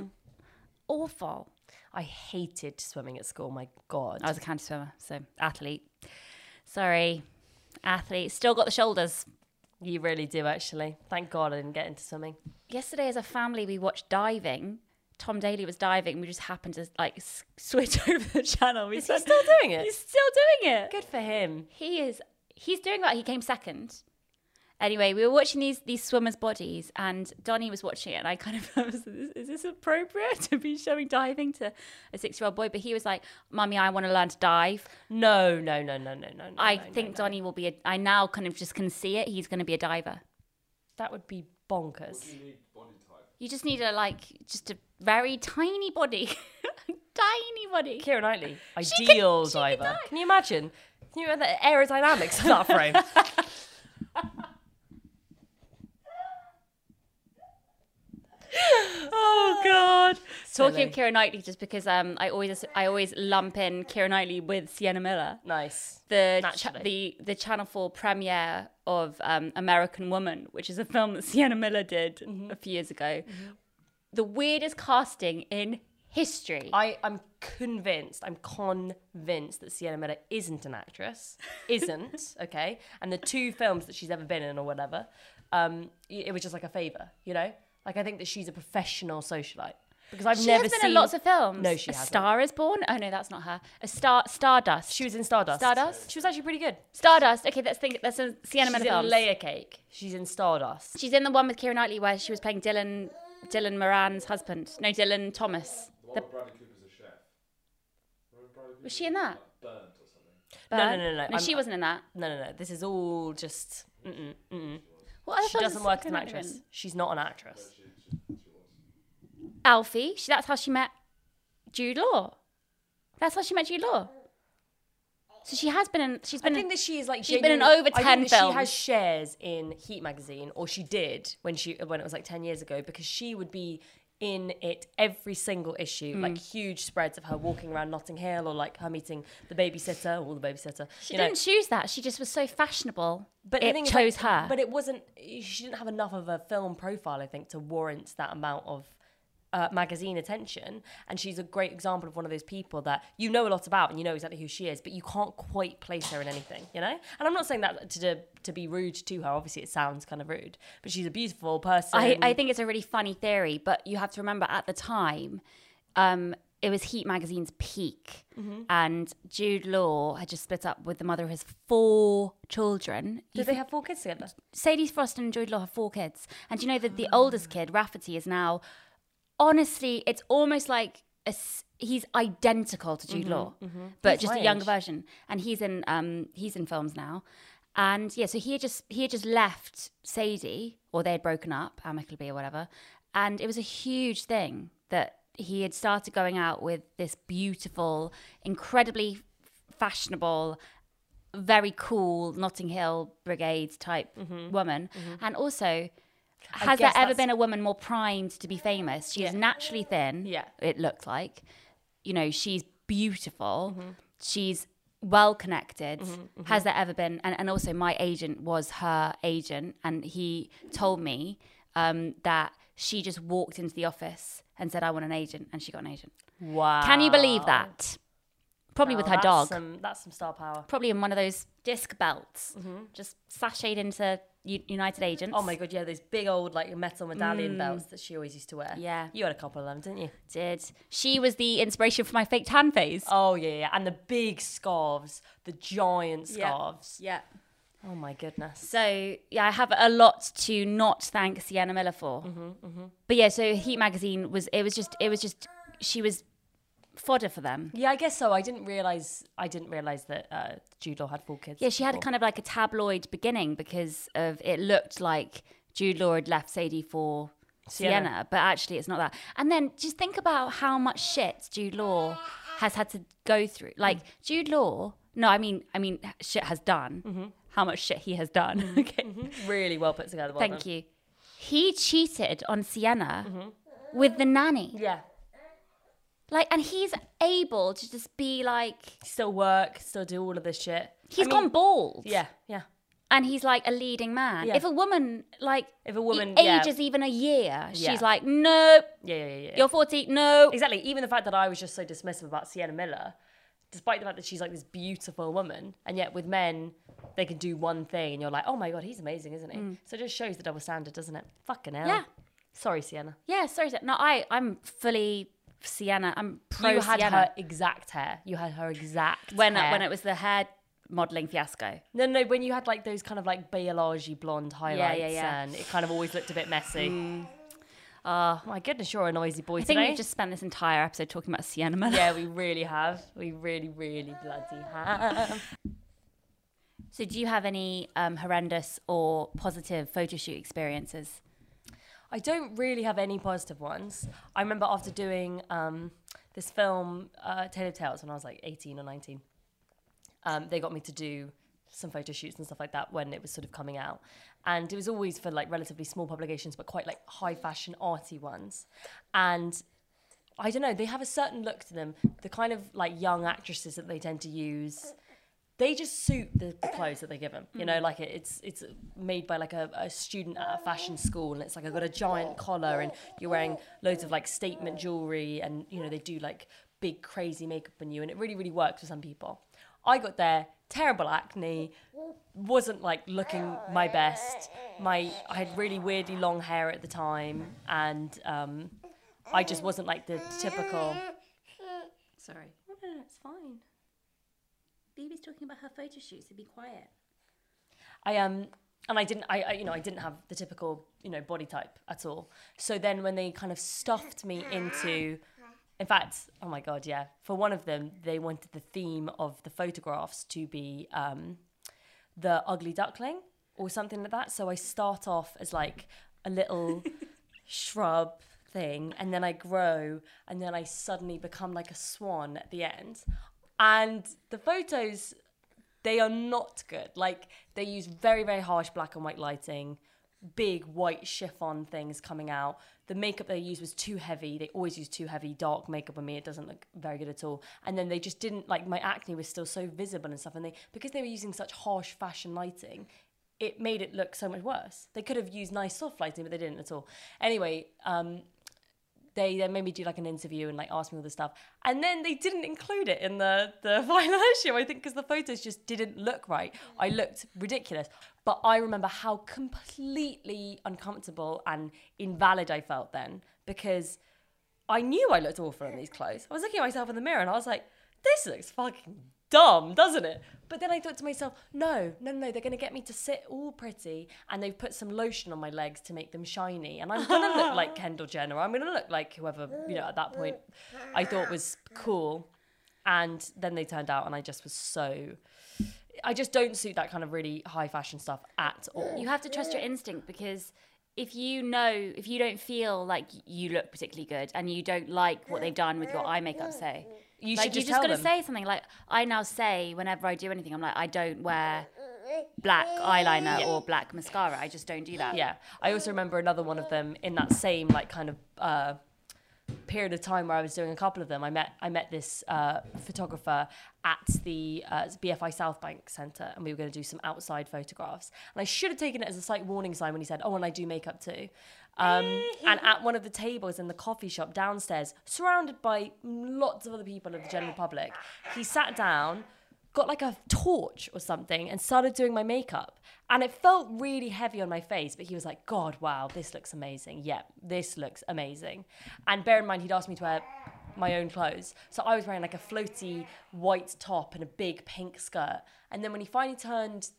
A: awful.
B: I hated swimming at school. My God.
A: I was a counter swimmer, so athlete. Sorry, athlete. Still got the shoulders.
B: You really do, actually. Thank God I didn't get into swimming.
A: Yesterday, as a family, we watched diving. Tom Daly was diving. We just happened to like s- switch over the channel. We
B: Is he
A: said-
B: still doing
A: He's
B: it?
A: still doing it.
B: Good for him.
A: He is. He's doing that. He came second. Anyway, we were watching these these swimmers' bodies, and Donnie was watching it, and I kind of was, is is this appropriate to be showing diving to a six year old boy? But he was like, "Mummy, I want to learn to dive."
B: No, no, no, no, no, no. no,
A: I
B: no, no,
A: think
B: no.
A: Donnie will be. A, I now kind of just can see it. He's going to be a diver.
B: that would be bonkers.
C: You need body type.
A: You just need a like just a very tiny body, tiny body.
B: Kira Knightley,
A: She
B: ideal
A: could- she could
B: diver.
A: dive.
B: Can you imagine? Can you imagine the aerodynamics of that frame? oh God!
A: Talking of Kira Knightley, just because um, I always I always lump in Kira Knightley with Sienna Miller.
B: nice.
A: the cha-
B: Naturally.
A: the the Channel Four premiere of um, American Woman, which is a film that Sienna Miller did
B: Mm-hmm.
A: a few years ago. The weirdest casting in history.
B: I, I'm convinced, I'm convinced that Sienna Miller isn't an actress. Isn't, okay? And the two films that she's ever been in or whatever, um, y- it was just like a favour, you know? Like, I think that she's a professional socialite. Because I've
A: she
B: never
A: has been
B: seen.
A: in lots of films.
B: No, she
A: a
B: hasn't.
A: Star is Born. Oh no, that's not her. A Star Stardust.
B: She was in Stardust.
A: Stardust?
B: She was actually pretty good.
A: Stardust. Okay, that's think that's a Sienna
B: She's
A: Miller
B: in
A: film.
B: Layer Cake. She's in Stardust.
A: She's in the one with Kira Knightley where she was playing Dylan Dylan Moran's husband. No, Dylan Thomas.
C: The one
A: The-
C: where Bradley Cooper's a chef. Remember Bradley Cooper?
A: was she in that?
C: Like burnt or something.
B: No, no, no, no,
A: No,
B: I'm-
A: she wasn't in that.
B: No, no, no. This is all just. Mm-mm, mm-mm.
A: What other
B: She
A: films
B: doesn't
A: has
B: work as
A: Keira
B: an
A: Knightley
B: actress.
A: been in?
B: She's not an actress.
C: She, she, she was.
A: Alfie. She, that's how she met Jude Law. That's how she met Jude Law. So she has been in. She's
B: I
A: been.
B: think
A: In,
B: that she is like
A: She's been in
B: genuinely-
A: over
B: I think
A: 10
B: that
A: films.
B: She has shares in Heat magazine, or she did when she when it was like ten years ago, because she would be in it every single issue, like huge spreads of her walking around Notting Hill, or like her meeting the babysitter, or the babysitter.
A: she
B: you know.
A: didn't choose that. She just was so fashionable. But
B: the
A: it
B: thing is, like,
A: chose her.
B: But it wasn't. She didn't have enough of a film profile, I think, to warrant that amount of uh, magazine attention. And she's a great example of one of those people that you know a lot about and you know exactly who she is, but you can't quite place her in anything, you know. And I'm not saying that to to, to be rude to her. Obviously, it sounds kind of rude, but she's a beautiful person.
A: I, I think it's a really funny theory, but you have to remember at the time, um, it was Heat magazine's peak,
B: Mm-hmm.
A: and Jude Law had just split up with the mother of his four children.
B: Did they have four kids together?
A: Sadie Frost and Jude Law have four kids, and you know that the oldest kid, Rafferty, is now honestly, it's almost like a s he's identical to Jude Law, but
B: He's
A: just
B: my
A: a younger
B: age.
A: version. And he's in um, he's in films now, and yeah, so he had just he had just left Sadie, or they had broken up amicably or whatever, and it was a huge thing that he had started going out with this beautiful, incredibly fashionable very cool Notting Hill Brigade type woman. And also, has there
B: Mm-hmm. guess
A: ever
B: that's-
A: been a woman more primed to be famous? She's naturally thin.
B: Yeah.
A: It looked like. You know, she's beautiful.
B: Mm-hmm.
A: She's well connected. Has there ever been? And, and also, my agent was her agent, and he told me um, that she just walked into the office and said, I want an agent. And she got an agent.
B: Wow.
A: Can you believe that? Probably with her dog
B: Some, that's some star power.
A: probably in one of those disc belts, just sashayed into U- United Agents.
B: Mm-hmm. Oh my god, yeah, those big old like metal medallion belts that she always used to wear.
A: Mm. Yeah.
B: You had a couple of them, didn't you?
A: Did she was the inspiration for my fake tan phase?
B: Oh yeah, yeah, and the big scarves, the giant
A: Yeah.
B: scarves.
A: Yeah.
B: Oh my goodness.
A: So yeah, I have a lot
B: Mm-hmm,
A: to not thank Sienna Miller for. But yeah, so Heat magazine was it was just it was just she was fodder for them.
B: Yeah, I guess so. I didn't realize. I didn't realize that uh, Jude Law had four kids.
A: Yeah, she had kind of like a tabloid beginning because of it looked like Jude Law had left Sadie for Sienna,
B: Sienna.
A: but actually it's not that. And then just think about how much shit Jude Law has had to go through.
B: Mm.
A: Like Jude Law, no, I mean, I mean, shit has done.
B: Mm-hmm.
A: How much shit he has done. okay,
B: really well put together. Well
A: thank you. He cheated on Sienna
B: Mm-hmm.
A: with the nanny,
B: Yeah,
A: like, and he's able to just be like,
B: still work, still do all of this shit.
A: he's
B: I mean,
A: gone bald.
B: Yeah, yeah.
A: and he's like a leading man.
B: Yeah.
A: If a woman like
B: If a woman,
A: e-
B: yeah.
A: ages even a year,
B: Yeah.
A: she's like, nope,
B: Yeah, yeah, yeah. yeah.
A: you're 40, no.
B: Exactly. Even the fact that I was just so dismissive about Sienna Miller, despite the fact that she's like this beautiful woman, and yet with men, they can do one thing, and you're like, oh my god, he's amazing, isn't he? So it just shows the double standard, doesn't it? Fucking hell.
A: Mm. Yeah.
B: Sorry, Sienna.
A: Yeah, sorry. sir. No, I I'm fully Sienna. I'm pro
B: you had
A: Sienna.
B: her exact hair. You had her exact
A: when
B: hair.
A: when it was the hair modeling fiasco.
B: No, no, when you had like those kind of like beige blonde highlights,
A: yeah.
B: and it kind of always looked a bit messy. Oh my goodness, you're a noisy boy
A: I think
B: today.
A: we've just spent this entire episode talking about Sienna Miller.
B: yeah, we really have. We really, really bloody have.
A: So do you have any um, horrendous or positive photo shoot experiences?
B: I don't really have any positive ones. I remember after doing um, this film, uh, Tale of Tales, when I was like 18 or 19, um, they got me to do some photo shoots and stuff like that when it was sort of coming out. And it was always for like relatively small publications, but quite like high fashion, arty ones. And I don't know, they have a certain look to them. The kind of like young actresses that they tend to use they just suit the, the clothes that they give them. You know, like it, it's it's made by like a, a student at a fashion school, and it's like I've got a giant collar, and you're wearing loads of like statement jewelry, and you know they do like big crazy makeup on you, and it really really works for some people. I got there, terrible acne, wasn't like looking my best. My I had really weirdly long hair at the time, and um, I just wasn't like the typical. Sorry. Oh, no, no, it's fine.
A: Phoebe's talking about her photo shoots. So be quiet.
B: I um and I didn't I, I you know I didn't have the typical you know body type at all. So then when they kind of stuffed me into in fact, oh my god, yeah. For one of them, they wanted the theme of the photographs to be um the ugly duckling or something like that. So I start off as like a little shrub thing and then I grow and then I suddenly become like a swan at the end. And the photos they are not good. Like they use very very harsh black and white lighting, big white chiffon things coming out. The makeup they used was too heavy. They always use too heavy dark makeup on me. It doesn't look very good at all. And then they just didn't like my acne was still so visible and stuff. And they because they were using such harsh fashion lighting, it made it look so much worse. They could have used nice soft lighting, but they didn't at all. Anyway, um, they then made me do like an interview and like asked me all this stuff, and then they didn't include it in the the final issue. I think because the photos just didn't look right. I looked ridiculous, but I remember how completely uncomfortable and invalid I felt then because I knew I looked awful in these clothes. I was looking at myself in the mirror and I was like, this looks fucking dumb, doesn't it? But then I thought to myself, no, no, no, they're going to get me to sit all pretty and they've put some lotion on my legs to make them shiny. And I'm going to look like Kendall Jenner. I'm going to look like whoever, you know, at that point I thought was cool. And then they turned out and I just was so. I just don't suit that kind of really high fashion stuff at all.
A: You have to trust your instinct because if you know, if you don't feel like you look particularly good and you don't like what they've done with your eye makeup, say,
B: You
A: like
B: should
A: you
B: just,
A: just
B: tell
A: gotta
B: them.
A: say something. Like I now say whenever I do anything, I'm like, I don't wear black eyeliner or black mascara. I just don't do that.
B: Yeah. I also remember another one of them in that same like kind of uh, period of time where I was doing a couple of them. I met I met this uh, photographer at the uh, BFI South Bank Centre, and we were going to do some outside photographs. And I should have taken it as a slight warning sign when he said, "Oh, and I do makeup too." Um, and at one of the tables in the coffee shop downstairs, surrounded by lots of other people of the general public, he sat down got like a torch or something and started doing my makeup. And it felt really heavy on my face, but he was like, God, wow, this looks amazing. Yeah, this looks amazing. And bear in mind, he'd asked me to wear my own clothes. So I was wearing like a floaty white top and a big pink skirt. And then when he finally turned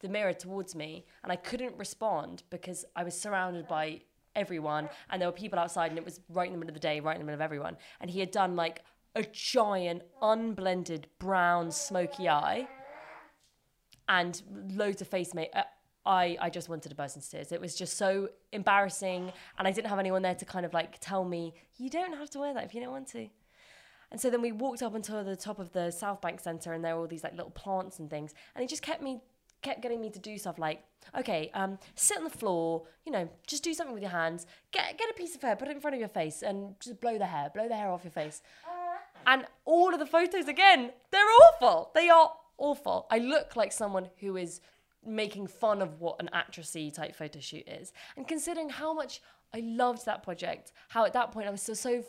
B: the mirror towards me and I couldn't respond because I was surrounded by everyone, and there were people outside, and it was right in the middle of the day, right in the middle of everyone. And he had done like a giant, unblended brown smoky eye, and loads of face make. Uh, I, I just wanted to burst into tears. It was just so embarrassing, and I didn't have anyone there to kind of like tell me, you don't have to wear that if you don't want to. And so then we walked up onto the top of the South Bank Centre, and there were all these like little plants and things. And he just kept me, kept getting me to do stuff like, okay, um, sit on the floor, you know, just do something with your hands. Get get a piece of hair, put it in front of your face, and just blow the hair, blow the hair off your face. And all of the photos again, they're awful. They are awful. I look like someone who is making fun of what an actressy type photo shoot is. And considering how much I loved that project, how at that point I was still so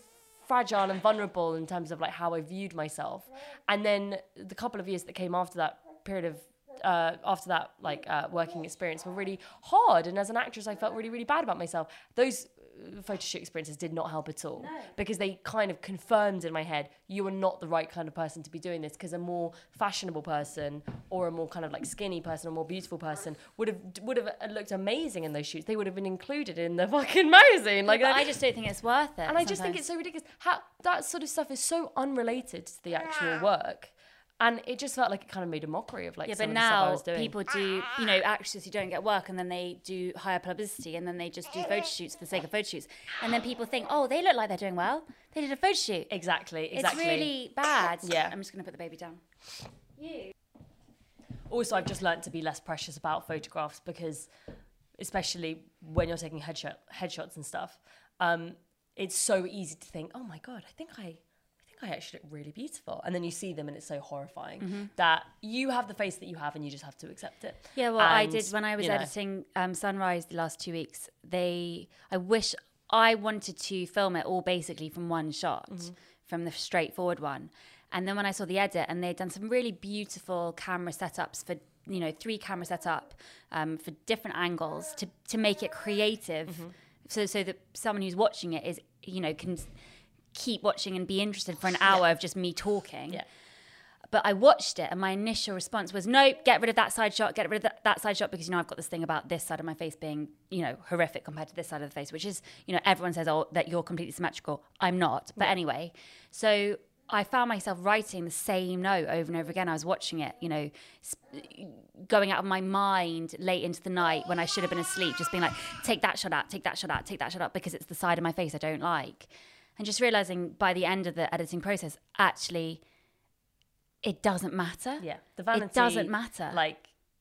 B: fragile and vulnerable in terms of like how I viewed myself. And then the couple of years that came after that period of uh, after that like uh, working experience were really hard. And as an actress, I felt really really bad about myself. Those uh, photo shoot experiences did not help at all because they kind of confirmed in my head you are not the right kind of person to be doing this because a more fashionable person or a more kind of like skinny person or more beautiful person would have would have looked amazing in those shoots they would have been included in the fucking magazine like
A: Like,
B: that-
A: I just don't think it's worth it.
B: and I just think it's so ridiculous. How that sort of stuff is so unrelated to the actual work, and it just felt like it kind of made a mockery of like
A: yeah,
B: some
A: but
B: of the stuff I
A: now
B: was doing.
A: people do, you know, actors who don't get work and then they do higher publicity and then they just do photo shoots for the sake of photo shoots. And then people think, oh, they look like they're doing well. They did a photo shoot.
B: exactly exactly.
A: It's really bad.
B: Yeah.
A: I'm just going to put the baby down.
B: Also, I've just learnt to be less precious about photographs because, especially when you're taking headshot headshots and stuff, um, it's so easy to think, oh my god, I think I. I think I actually look really beautiful, and then you see them, and it's so horrifying
A: Mm-hmm.
B: that you have the face that you have, and you just have to accept it.
A: Yeah, well, I
B: And,
A: did when I was
B: you know.
A: editing um, Sunrise the last two weeks. They, I wish I wanted to film it all basically from one shot,
B: Mm-hmm.
A: from the straightforward one. And then when I saw the edit, and they'd done some really beautiful camera setups for you know three camera setup um, for different angles to to make it creative,
B: Mm-hmm.
A: so so that someone who's watching it is you know can keep watching and be interested for an hour of just me talking
B: Yeah.
A: but I watched it and my initial response was, nope, get rid of that side shot, get rid of that, that side shot because, you know, I've got this thing about this side of my face being, you know, horrific compared to this side of the face, which is, you know, everyone says, oh, that you're completely symmetrical. I'm not. But anyway, so I found myself writing the same note over and over again. I was watching it, you know, going out of my mind late into the night when I should have been asleep, just being like, take that shot out, take that shot out, take that shot out, because it's the side of my face I don't like. And just realizing by the end of the editing process, actually, it doesn't matter.
B: Yeah, the vanity
A: It doesn't matter.
B: Like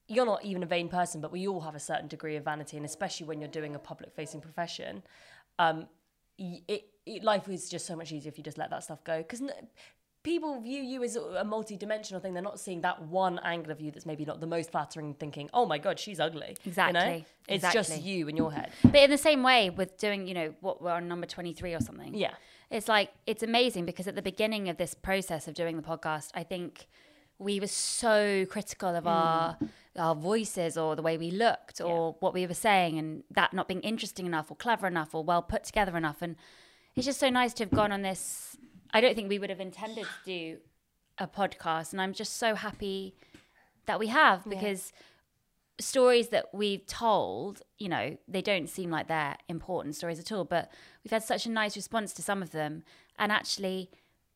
B: you're not even a vain person, but we all have a certain degree of vanity, and especially when you're doing a public-facing profession, um, y- it, it life is just so much easier if you just let that stuff go because. N- People view you as a multi-dimensional thing. They're not seeing that one angle of you that's maybe not the most flattering. Thinking, "Oh my god, she's ugly." You know?
A: Exactly,
B: It's just
A: exactly.
B: you in your head.
A: but in the same way with doing, you know, what we're on number 23 or something.
B: Yeah.
A: It's like, it's amazing because at the beginning of this process of doing the podcast, I think we were so critical of our our voices or the way we looked or what we were saying and that not being interesting enough or clever enough or well put together enough. And it's just so nice to have gone on this. I don't think we would have intended to do a podcast. And I'm just so happy that we have because stories that we've told, you know, they don't seem like they're important stories at all, but we've had such a nice response to some of them. And actually,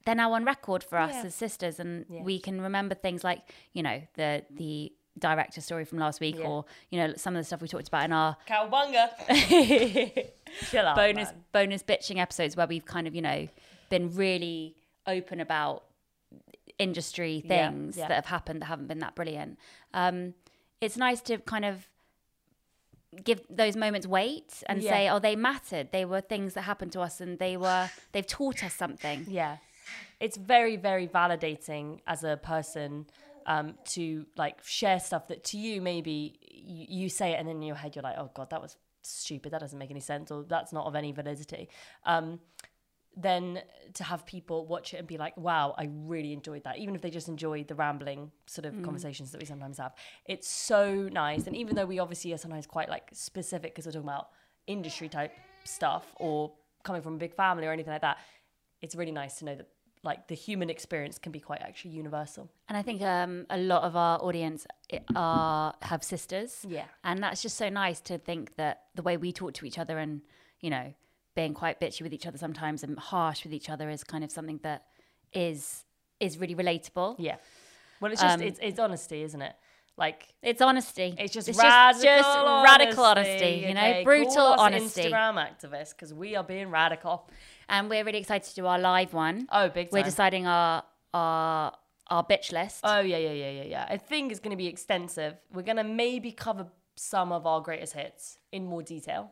A: they're now on record for us
B: Yeah.
A: as sisters, and
B: Yeah.
A: we can remember things like, you know, the the director story from last week,
B: Yeah.
A: or you know, some of the stuff we talked about in our
B: Cowbunga. Chill out.
A: bonus
B: man.
A: bonus bitching episodes where we've kind of you know been really open about industry
B: Yeah,
A: things
B: yeah.
A: that have happened that haven't been that brilliant um it's nice to kind of give those moments weight and
B: Yeah.
A: say oh they mattered they were things that happened to us and they were they've taught us something
B: Yeah. It's very, very validating as a person um, to like share stuff that to you maybe you, you say it and then in your head you're like, oh God, that was stupid. That doesn't make any sense or that's not of any validity. Um, then to have people watch it and be like, wow, I really enjoyed that. Even if they just enjoy the rambling sort of conversations that we sometimes have, it's so nice. And even though we obviously are sometimes quite like specific because we're talking about industry type stuff or coming from a big family or anything like that, it's really nice to know that like the human experience can be quite actually universal.
A: and i think um a lot of our audience i- are have sisters
B: Yeah.
A: and that's just so nice to think that the way we talk to each other and you know, being quite bitchy with each other sometimes and harsh with each other is kind of something that is is really relatable.
B: Yeah. Well, it's just
A: Um,
B: it's, it's honesty, isn't it? Like
A: It's honesty.
B: it's just
A: just,
B: radical
A: radical honesty, you know,
B: okay?
A: brutal
B: Call us
A: honesty.
B: Instagram activists because we are being radical.
A: And we're really excited to do our live one.
B: Oh, big time.
A: We're deciding our our our bitch list.
B: Oh yeah, yeah, yeah, yeah, yeah. I think it's going to be extensive. We're going to maybe cover some of our greatest hits in more detail,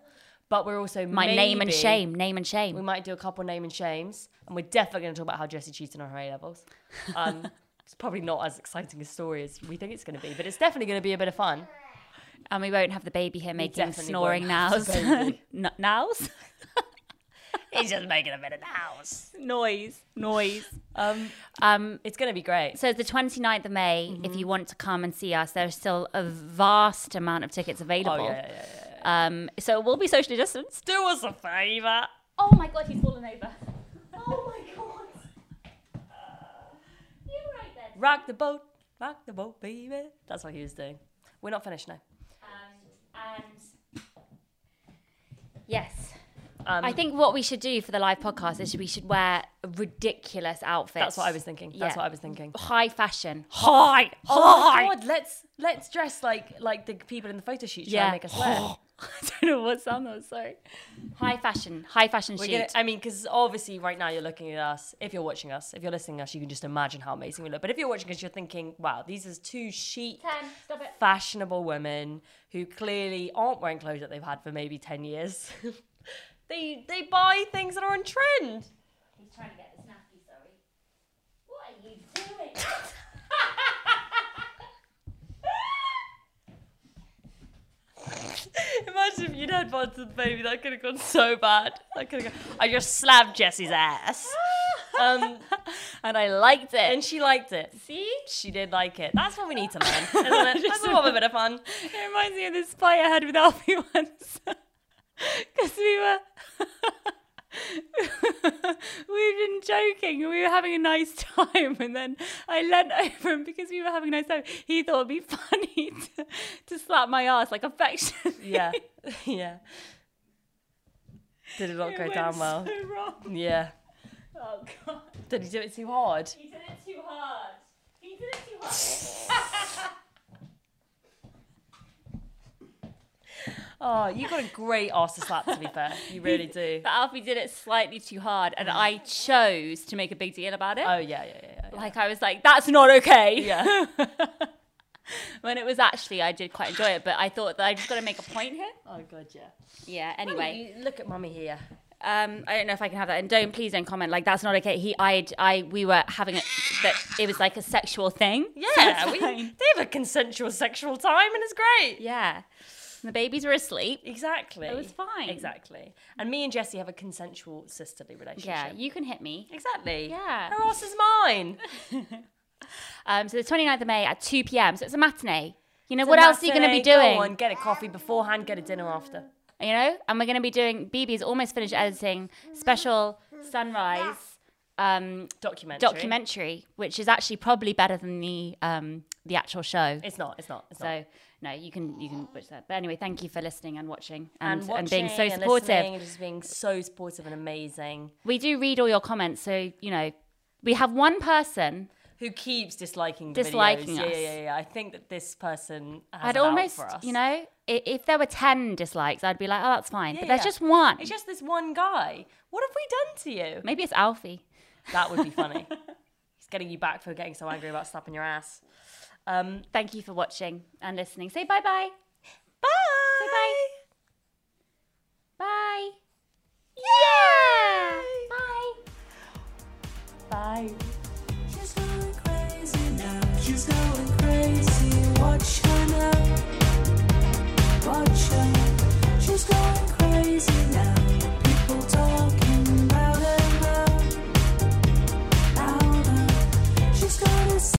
B: but we're also
A: My name and
B: maybe-
A: shame, name and shame.
B: We might do a couple name and shames, and we're definitely going to talk about how Jesse cheated on her A levels. Um, it's probably not as exciting a story as we think it's going to be, but it's definitely going to be a bit of fun.
A: and we won't have the baby here making
B: definitely
A: snoring
B: won't have
A: nows.
B: the baby.
A: N- nows?
B: He's just making a bit of noise.
A: noise. Noise.
B: Um,
A: Um,
B: it's going to be great.
A: so the 29th of May, if
B: Mm-hmm.
A: you want to come and see us, there's still a vast amount of tickets
B: Oh
A: available.
B: yeah, yeah, yeah, yeah.
A: Um, so we'll be socially distanced.
B: Do us a favor.
A: Oh my god, he's fallen over.
B: Oh my god.
A: You're right then.
B: Rock the boat, rock the boat, baby. That's what he was doing. We're not finished now.
A: Um, and yes,
B: Um,
A: I think what we should do for the live podcast is we should wear ridiculous outfits.
B: That's what I was thinking. That's
A: Yeah.
B: what I was thinking.
A: High fashion. Oh
B: Hi, Oh
A: hi.
B: God, let's let's dress like like the people in the photo shoot. Yeah,
A: Yeah.
B: make us Oh, wear.
A: I don't know what sound that was. Sorry. High fashion. High fashion
B: We're
A: shoot.
B: gonna, I mean, because obviously right now you're looking at us. If you're watching us, if you're listening to us, you can just imagine how amazing we look. But if you're watching us, you're thinking, wow, these are two chic,
A: Ten. Stop it.
B: fashionable women who clearly aren't wearing clothes that they've had for maybe ten years. they they buy things that are on trend.
A: He's trying to get the snappy. Sorry. What are you doing?
B: Imagine if you'd had buns with the baby, that could have gone so bad. That could have gone. I just slapped Jessie's ass. Um,
A: and I liked it.
B: and she liked it.
A: see.
B: She did like it. That's what we need to learn. Isn't it? That's
A: Just-
B: what a bit of fun.
A: It reminds me of this fight I had with Alfie once. Because we were. We've been joking and we were having a nice time, and then I leant over him because we were having a nice time. He thought it'd be funny to, to slap my ass like affection.
B: Yeah, yeah. Did it not go down well?
A: So wrong.
B: Yeah.
A: Oh god,
B: Did he do it too hard?
A: he did it too hard. He did it too hard.
B: Oh, you got a great ass to slap. To be fair, you really do.
A: But Alfie did it slightly too hard, and I chose to make a big deal about it.
B: Oh yeah, yeah, yeah. yeah.
A: Like I was like, that's not okay.
B: Yeah.
A: when it was actually, I did quite enjoy it, but I thought that I just got to make a point here.
B: Oh god, yeah.
A: Yeah. Anyway,
B: You- look at mummy here.
A: um, I don't know if I can have that. And don't please don't comment. Like that's not okay. He, I, I, we were having it, but it was like a sexual thing.
B: Yeah, we,
A: we-
B: they have a consensual sexual time, and it's great.
A: yeah. And the babies were asleep.
B: Exactly.
A: It was fine.
B: Exactly. And me and Jesse have a consensual sisterly relationship.
A: Yeah, you can hit me.
B: exactly.
A: Yeah.
B: Her ass is mine.
A: Um, so the 29th of May at 2 p.m. So it's a matinee. You know
B: It's a
A: what else are you going to be
B: matinee. Go
A: doing?
B: on, get a coffee beforehand, get a dinner after.
A: you know and we're going to be doing bb's almost finished editing special sunrise um
B: Documentary.
A: documentary which is actually probably better than the um the actual show
B: It's not. It's not. It's not.
A: so no you can you can watch that but anyway thank you for listening and watching
B: And,
A: and and, being so
B: watching and
A: supportive
B: listening and just being so supportive and amazing.
A: we do read all your comments so you know we have one person
B: Who keeps disliking the
A: Disliking
B: videos. Yeah,
A: us.
B: yeah, yeah, yeah. I think that this person has
A: i'd
B: it out
A: almost
B: for us.
A: you know i- if there were 10 dislikes i'd be like oh that's fine
B: Yeah,
A: but there's
B: yeah.
A: just one
B: It's just this one guy. What have we done to you?
A: maybe it's alfie
B: That would be funny. He's getting you back for getting so angry about slapping your ass. Um,
A: thank you for watching and listening say bye bye